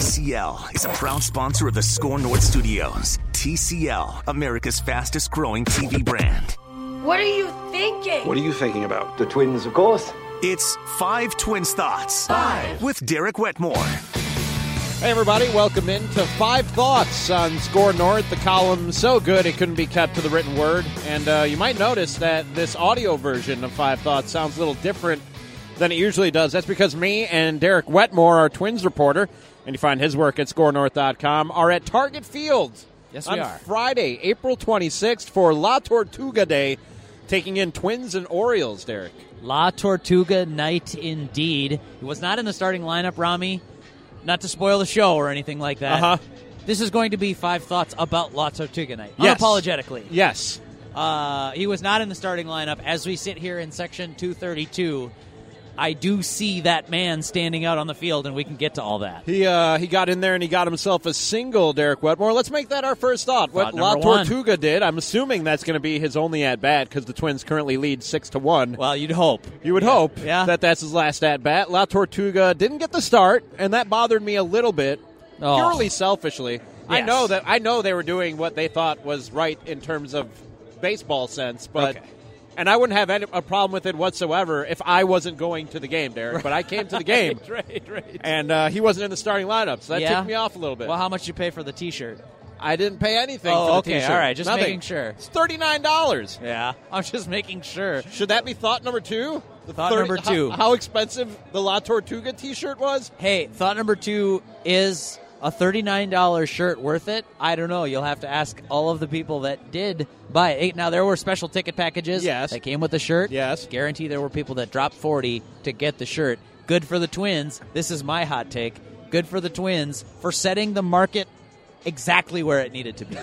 TCL is a proud sponsor of the Score North Studios. TCL, America's fastest growing TV brand. What are you thinking? What are you thinking about? The twins, of course. It's Five Twins Thoughts. Five. With Derek Wetmore. Hey, everybody, welcome in to Five Thoughts on Score North, the column so good it couldn't be kept to the written word. And uh, you might notice that this audio version of Five Thoughts sounds a little different than it usually does. That's because me and Derek Wetmore, our twins reporter, and you find his work at scorenorth.com, are at Target Field Yes, on we are. Friday, April 26th for La Tortuga Day, taking in Twins and Orioles, Derek. La Tortuga night indeed. He was not in the starting lineup, Rami. Not to spoil the show or anything like that. Uh-huh. This is going to be five thoughts about La Tortuga night, Yes. unapologetically. Yes. Uh, he was not in the starting lineup. As we sit here in section 232, I do see that man standing out on the field, and we can get to all that. He uh, he got in there and he got himself a single, Derek Wetmore. Let's make that our first thought. What Thought La number one. Tortuga did, I'm assuming that's going to be his only at bat because the Twins currently lead six to one. Well, you'd hope. you would hope Yeah. that that's his last at bat. La Tortuga didn't get the start, and that bothered me a little bit, Oh. purely selfishly. I Yes. know that I know they were doing what they thought was right in terms of baseball sense, but. Okay. And I wouldn't have any, a problem with it whatsoever if I wasn't going to the game, Derek. But I came to the game, right, right. and uh, he wasn't in the starting lineup, so that Yeah? ticked me off a little bit. Well, how much did you pay for the T-shirt? I didn't pay anything. Oh, for the okay, T-shirt. all right, just Nothing. making sure. It's thirty nine dollars. Yeah, I'm just making sure. Should that be thought number two? The Thought number how- two. How, expensive the La Tortuga T-shirt was? Hey, thought number two is a $39 shirt worth it? I don't know. You'll have to ask all of the people that did buy it. Now, there were special ticket packages Yes. that came with the shirt. Yes. Guarantee there were people that dropped 40 to get the shirt. Good for the Twins. This is my hot take. Good for the Twins for setting the market exactly where it needed to be.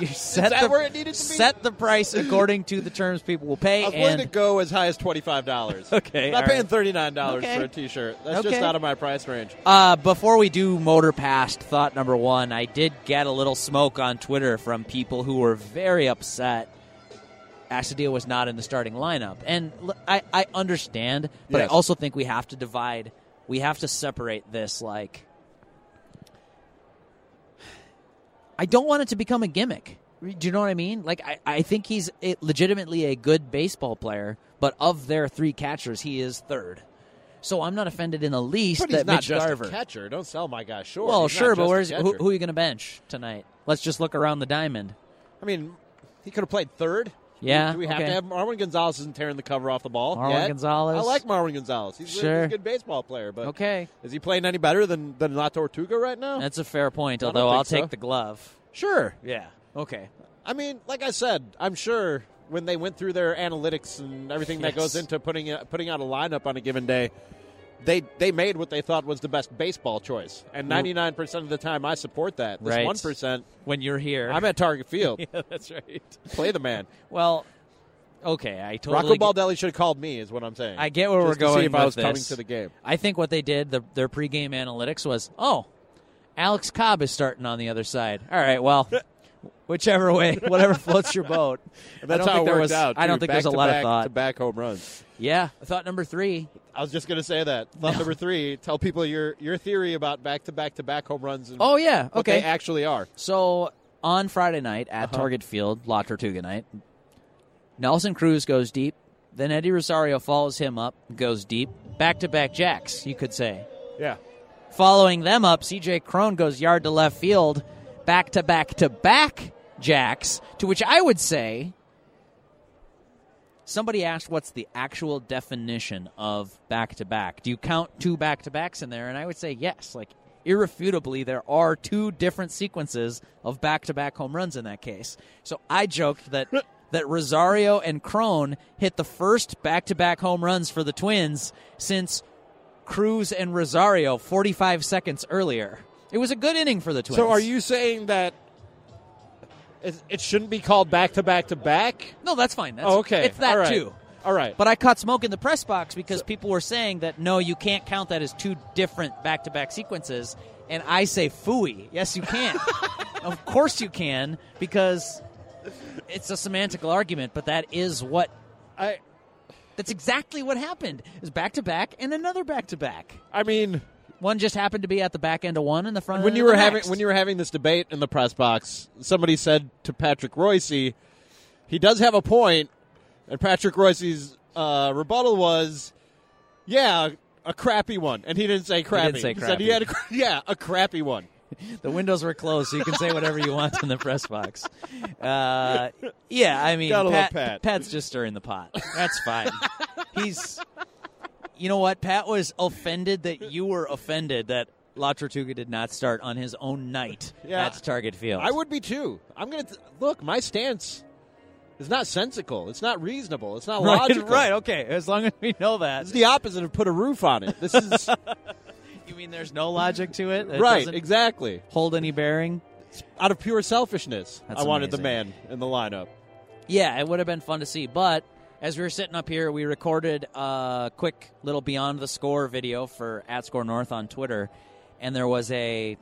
You set that the, where it needed to be? Set the price according to the terms people will pay. I was willing and to go as high as twenty five dollars. Okay, not all paying right. thirty nine dollars Okay. for a T-shirt. That's just Okay. out of my price range. Uh, before we do motor past thought number one, I did get a little smoke on Twitter from people who were very upset. Asadea was not in the starting lineup, and l- I, I understand, but I Yes. also think we have to divide. We have to separate this. Like, I don't want it to become a gimmick. Do you know what I mean? Like, I, I think he's a- legitimately a good baseball player, but of their three catchers, he is third. So I'm not offended in the least But that he's not Mitch just Garver. a catcher. Don't sell my guy short. Well, He's not sure, just but a where's who, catcher. who are you going to bench tonight? Let's just look around the diamond. I mean, he could have played third. Yeah, Do we have okay. to have Marwin Gonzalez isn't tearing the cover off the ball? Marwin yet. Gonzalez. I like Marwin Gonzalez. He's, a, he's Sure. a good baseball player, but Okay. is he playing any better than than La Tortuga right now? That's a fair point, I don't although I'll think so. take the glove. sure. Yeah. Okay. I mean, like I said, I'm sure when they went through their analytics and everything that Yes. goes into putting putting out a lineup on a given day, they they made what they thought was the best baseball choice. And 99 percent of the time, I support that. This Right. one percent, When you're here. I'm at Target Field. yeah, that's right. Play the man. Well, okay, I Rocco totally get- Baldelli should have called me, is what I'm saying. I get where Just we're to see going if with I was this. coming to the game. I think what they did, the, their pregame analytics was, oh, Alex Cobb is starting on the other side. All right, well, whichever way, whatever floats your boat. That's I don't how think it there worked was, out. I don't dude. think there's a Back to lot back of thought. to back home runs. Yeah, thought number three. I was just gonna say that. Thought number three. Tell people your your theory about back to back to back home runs. And Oh yeah, what okay. they actually are. So on Friday night at Target Field, La Tortuga night, Nelson Cruz goes deep. Then Eddie Rosario follows him up, goes deep. Back to back jacks, you could say. Yeah. Following them up, CJ Crone goes yard to left field, back to back to back jacks, to which I would say somebody asked what's the actual definition of back to back. Do you count two back to backs in there? And I would say yes. Like irrefutably there are two different sequences of back to back home runs in that case. So I joked that that Rosario and Crone hit the first back to back home runs for the Twins since Cruz and Rosario 45 seconds earlier. It was a good inning for the Twins. So are you saying that it, it shouldn't be called back to back to back? No, that's fine. That's, Oh, okay, it's that All right. too. All right, But I caught smoke in the press box because people were saying that no, you can't count that as two different back to back sequences. And I say, fooey. Yes, you can. of course you can because it's a semantical argument, but that is what. I That's exactly what happened. Is back to back and another back to back. I mean One just happened to be at the back end of one and the front. when end you of were the having Uh, next. when you were having this debate in the press box, somebody said to Patrick Royce, he does have a point, and Patrick Royce's uh, rebuttal was, "Yeah, a crappy one," and he didn't say crappy. say said he crappy. had a, cra- yeah, a crappy one. the windows were closed, so you can say whatever you want in the press box. Uh, yeah, I mean, Gotta love Pat, Pat. Pat's just stirring the pot. That's fine. He's, you know what? Pat was offended that you were offended that La Tortuga did not start on his own night Yeah. at Target Field. I would be too. I'm gonna th- look. My stance is not sensical. It's not reasonable. It's not Right, logical. right, okay. As long as we know that, It's the opposite of put a roof on it. This is you mean there's no logic to it? It right, doesn't exactly. hold any bearing? Out of pure selfishness, That's I wanted the man amazing. in the lineup. Yeah, it would have been fun to see. But as we were sitting up here, we recorded a quick little Beyond the Score video for at Score North on Twitter, and there was a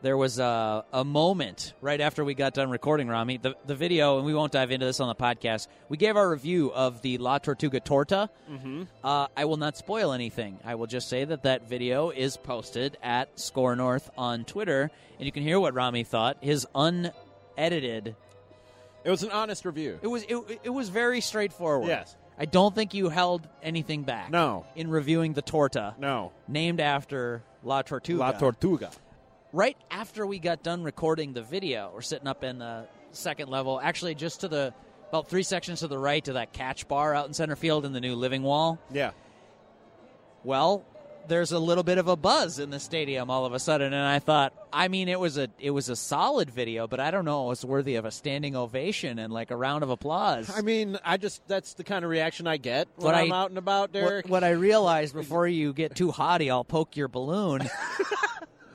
there was a, a moment right after we got done recording Rami the the video, and we won't dive into this on the podcast. We gave our review of the La Tortuga Torta. Mm-hmm. Uh, I will not spoil anything. I will just say that that video is posted at Score North on Twitter, and you can hear what Rami thought. His unedited It was an honest review. it was it, it was very straightforward. Yes. I don't think you held anything back. No. In reviewing the torta. No, Named after La Tortuga. La Tortuga. right after we got done recording the video, we're sitting up in the second level, actually just to the about 3 sections to the right to that catch bar out in center field in the new living wall. Yeah, Well, there's a little bit of a buzz in the stadium all of a sudden and I thought, I mean it was a it was a solid video, but I don't know it was worthy of a standing ovation and like a round of applause. I mean, I just that's the kind of reaction I get when What I- I'm out and about, Derek. What, what I realized before you get too haughty, I'll poke your balloon.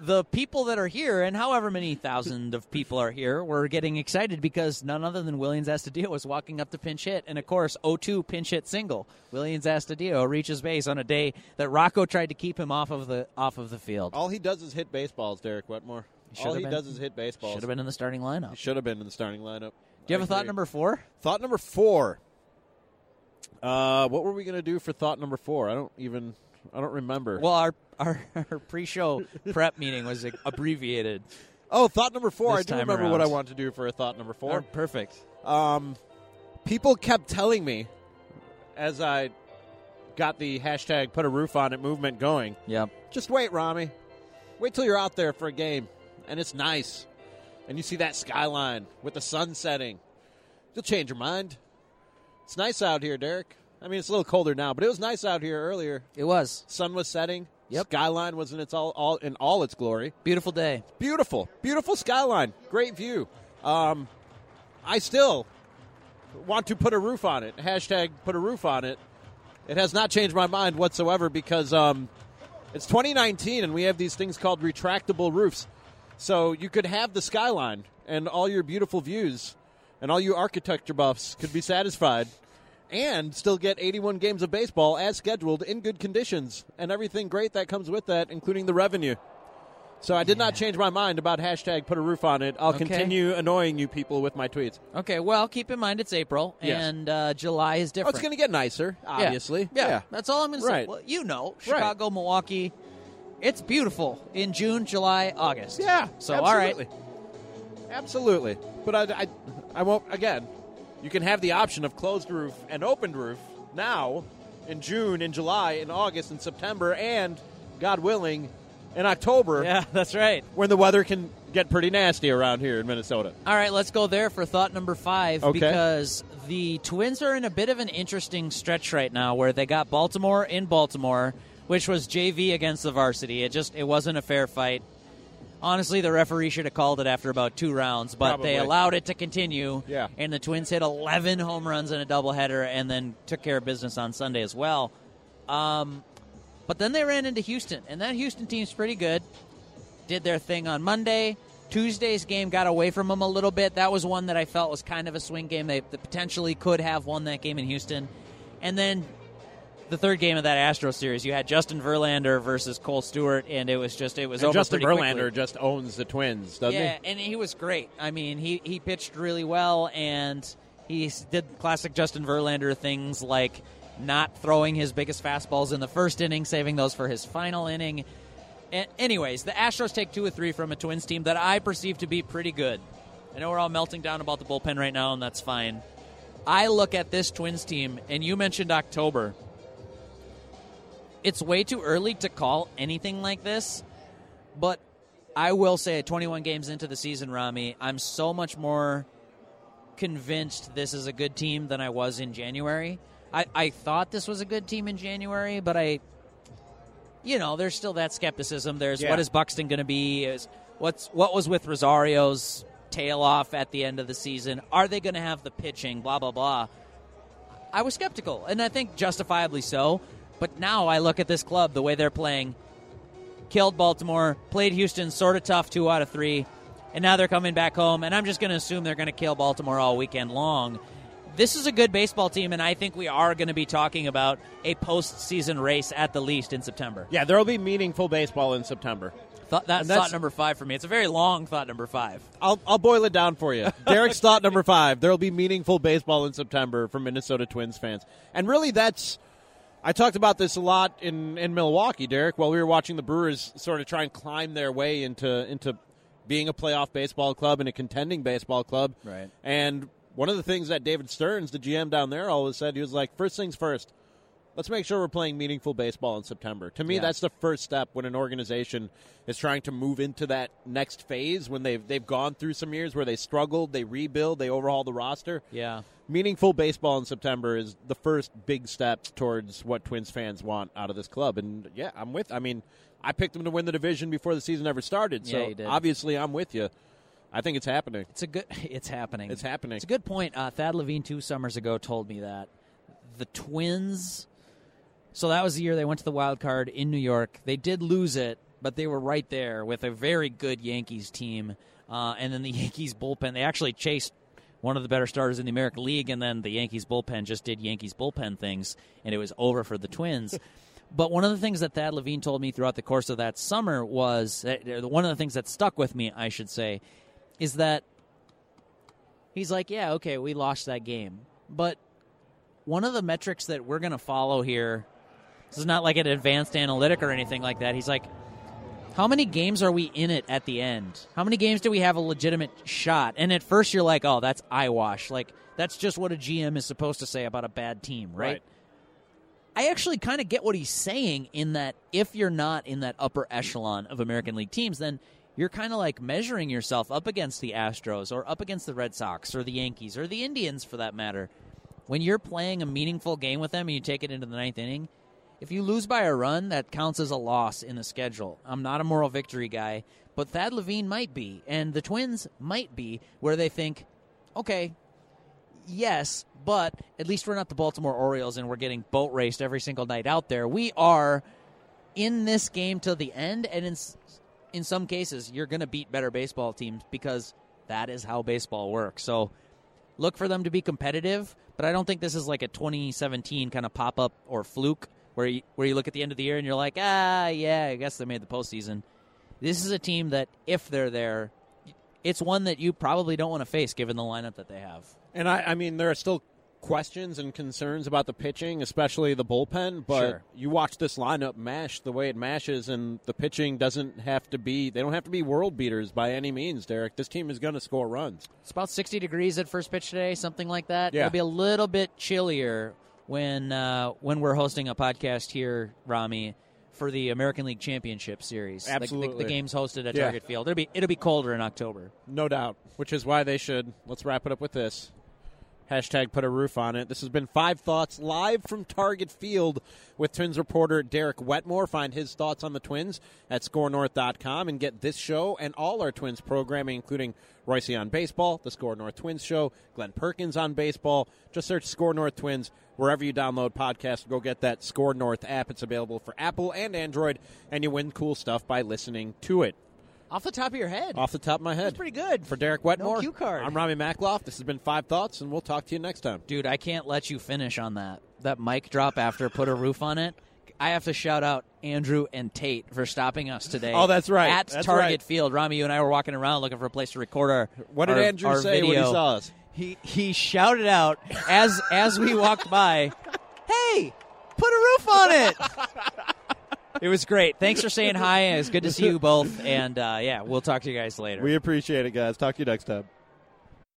the people that are here, and however many thousand of people are here, were getting excited because none other than Williams Astadio was walking up to pinch hit, and of course, 0-2 pinch hit single. Williams Astadio reaches base on a day that Rocco tried to keep him off of the off of the field. All he does is hit baseballs, Derek Wetmore. Should've All he been- does is hit baseballs. Should have been in the starting lineup. Should have been in the starting lineup. Do you have I a thought agree. number four? Thought number four. Uh, what were we gonna do for thought number four? I don't even. I don't remember. Well, our our, our pre-show prep meeting was abbreviated. oh, thought number four. This I do time remember what I around. wanted to do for a thought number four. perfect. Um, people kept telling me as I got the hashtag put a roof on it movement going. Yep. Just wait, Rami. Wait till you're out there for a game, and it's nice, and you see that skyline with the sun setting. You'll change your mind. It's nice out here, Derek. I mean, it's a little colder now, but it was nice out here earlier. It was Sun was setting. Yep. Skyline was in its all, all in all its glory. beautiful day. Beautiful, beautiful skyline. Great view. Um, I still want to put a roof on it. Hashtag put a roof on it. It has not changed my mind whatsoever because um, it's 2019 and we have these things called retractable roofs. So you could have the skyline and all your beautiful views and all you architecture buffs could be satisfied and still get 81 games of baseball as scheduled in good conditions and everything great that comes with that, including the revenue. So I did not change my mind about hashtag put a roof on it. I'll Okay. continue annoying you people with my tweets. Okay, well, keep in mind it's April Yes. and uh, July Oh, is different. it's going to get nicer, Yeah. obviously. Yeah. that's all I'm going to say. Right. Well, you know, Right. Chicago, Milwaukee, it's beautiful in June, July, August. Yeah. So absolutely. all right, Absolutely. But I, I, I won't, again, you can have the option of closed roof and opened roof now in June, in July, in August, in September, and, God willing, in October yeah, that's right. when the weather can get pretty nasty around here in Minnesota. All right, let's go there for thought number five Okay. because the Twins are in a bit of an interesting stretch right now, where they got Baltimore in Baltimore, which was JV against the varsity. It just it wasn't a fair fight. Honestly, the referee should have called it after about two rounds, but Probably. they allowed it to continue. Yeah. and the Twins hit 11 home runs in a doubleheader, and then took care of business on Sunday as well. Um, but then they ran into Houston, and that Houston team's pretty good. Did their thing on Monday. Tuesday's game got away from them a little bit. That was one that I felt was kind of a swing game. They, they potentially could have won that game in Houston. And then the third game of that Astro series, you had Justin Verlander versus Cole Stewart, and it was just it was over Justin pretty Verlander quickly. just owns the Twins, doesn't yeah, he? and he was great. I mean, he he pitched really well, and he s- did classic Justin Verlander things like not throwing his biggest fastballs in the first inning, saving those for his final inning. A- anyways, the Astros take two or three from a Twins team that I perceive to be pretty good. I know we're all melting down about the bullpen right now, and that's fine. I look at this Twins team, and you mentioned October. It's way too early to call anything like this, but I will say, 21 games into the season, Rami, I'm so much more convinced this is a good team than I was in January. I, I thought this was a good team in January, but I, you know, there's still that skepticism. There's Yeah. what is Buxton going to be? Is what's what was with Rosario's tail off at the end of the season? Are they going to have the pitching? Blah blah blah. I was skeptical, and I think justifiably so. But now I look at this club, the way they're playing, killed Baltimore, played Houston sort of tough, two out of three, and now they're coming back home, and I'm just going to assume they're going to kill Baltimore all weekend long. This is a good baseball team, and I think we are going to be talking about a postseason race at the least in September. Yeah, there will be meaningful baseball in September. Thought, that's, And that's- thought number five for me. It's a very long thought number five. I'll, I'll boil it down for you. Derek's thought number five: there will be meaningful baseball in September for Minnesota Twins fans, and really, that's. I talked about this a lot in, in Milwaukee, Derek. While we were watching the Brewers sort of try and climb their way into into being a playoff baseball club and a contending baseball club, Right. And one of the things that David Stearns, the GM down there, always said he was like, first things first, let's make sure we're playing meaningful baseball in September. To me, Yeah. that's the first step when an organization is trying to move into that next phase when they've they've gone through some years where they struggled, they rebuild, they overhaul the roster. Yeah. Meaningful baseball in September is the first big step towards what Twins fans want out of this club. And yeah, I'm with I mean, I picked them to win the division before the season ever started. Yeah, so you did. obviously I'm with you. I think it's happening. It's a good. It's happening. It's happening. It's a good point. Uh, Thad Levine two summers ago told me that the Twins. So that was the year they went to the wild card in New York. They did lose it, but they were right there with a very good Yankees team. Uh, and then the Yankees bullpen. They actually chased one of the better starters in the American League, and then the Yankees bullpen just did Yankees bullpen things, and it was over for the Twins. But one of the things that Thad Levine told me throughout the course of that summer was that, one of the things that stuck with me, I should say, is that he's like, yeah, okay, we lost that game. But one of the metrics that we're going to follow here, this is not like an advanced analytic or anything like that. He's like, how many games are we in it at the end? How many games do we have a legitimate shot? And at first you're like, oh, that's eyewash. Like, that's just what a GM is supposed to say about a bad team, right? Right. I actually kind of get what he's saying in that if you're not in that upper echelon of American League teams, then you're kind of like measuring yourself up against the Astros or up against the Red Sox or the Yankees or the Indians for that matter. When you're playing a meaningful game with them and you take it into the ninth inning, if you lose by a run, that counts as a loss in the schedule. I'm not a moral victory guy, but Thad Levine might be, and the Twins might be, where they think, okay, yes, but at least we're not the Baltimore Orioles and we're getting boat raced every single night out there. We are in this game till the end, and in s- in some cases, you're going to beat better baseball teams because that is how baseball works. So look for them to be competitive, but I don't think this is like a 2017 kind of pop up or fluke where you, where you look at the end of the year and you're like, ah, yeah, I guess they made the postseason. This is a team that if they're there. It's one that you probably don't want to face given the lineup that they have. And I, I mean, there are still questions and concerns about the pitching, especially the bullpen. But Sure. you watch this lineup mash the way it mashes, and the pitching doesn't have to be. They don't have to be world beaters by any means, Derek. This team is going to score runs. It's about 60 degrees at first pitch today, something like that. Yeah. It'll be a little bit chillier when uh, when we're hosting a podcast here, Rami, for the American League Championship Series. Like, the- the, Absolutely. game's hosted at Yeah. Target Field. It'll be it'll be colder in October. No doubt. Which is why they should. Let's wrap it up with this. Hashtag put a roof on it. This has been Five Thoughts live from Target Field with Twins reporter Derek Wetmore. Find his thoughts on the Twins at scorenorth.com and get this show and all our Twins programming, including Royce on Baseball, the Score North Twins Show, Glenn Perkins on Baseball. Just search Score North Twins wherever you download podcasts. Go get that Score North app. It's available for Apple and Android, and you win cool stuff by listening to it. Off the top of your head. Off the top of my head. That's pretty good. For Derek Wetmore, cue card. I'm Rami Makloff. This has been Five Thoughts, and we'll talk to you next time. Dude, I can't let you finish on that. That mic drop after put a roof on it. I have to shout out Andrew and Tate for stopping us today. Oh, that's right. At That's Target right. Field, Rami, you and I were walking around looking for a place to record our. What did our- Andrew our say when he video. saw us? He he shouted out as as we walked by, "Hey, put a roof on it!" It was great. Thanks for saying hi. It's good to see you both. And uh, yeah, we'll talk to you guys later. We appreciate it, guys. Talk to you next time.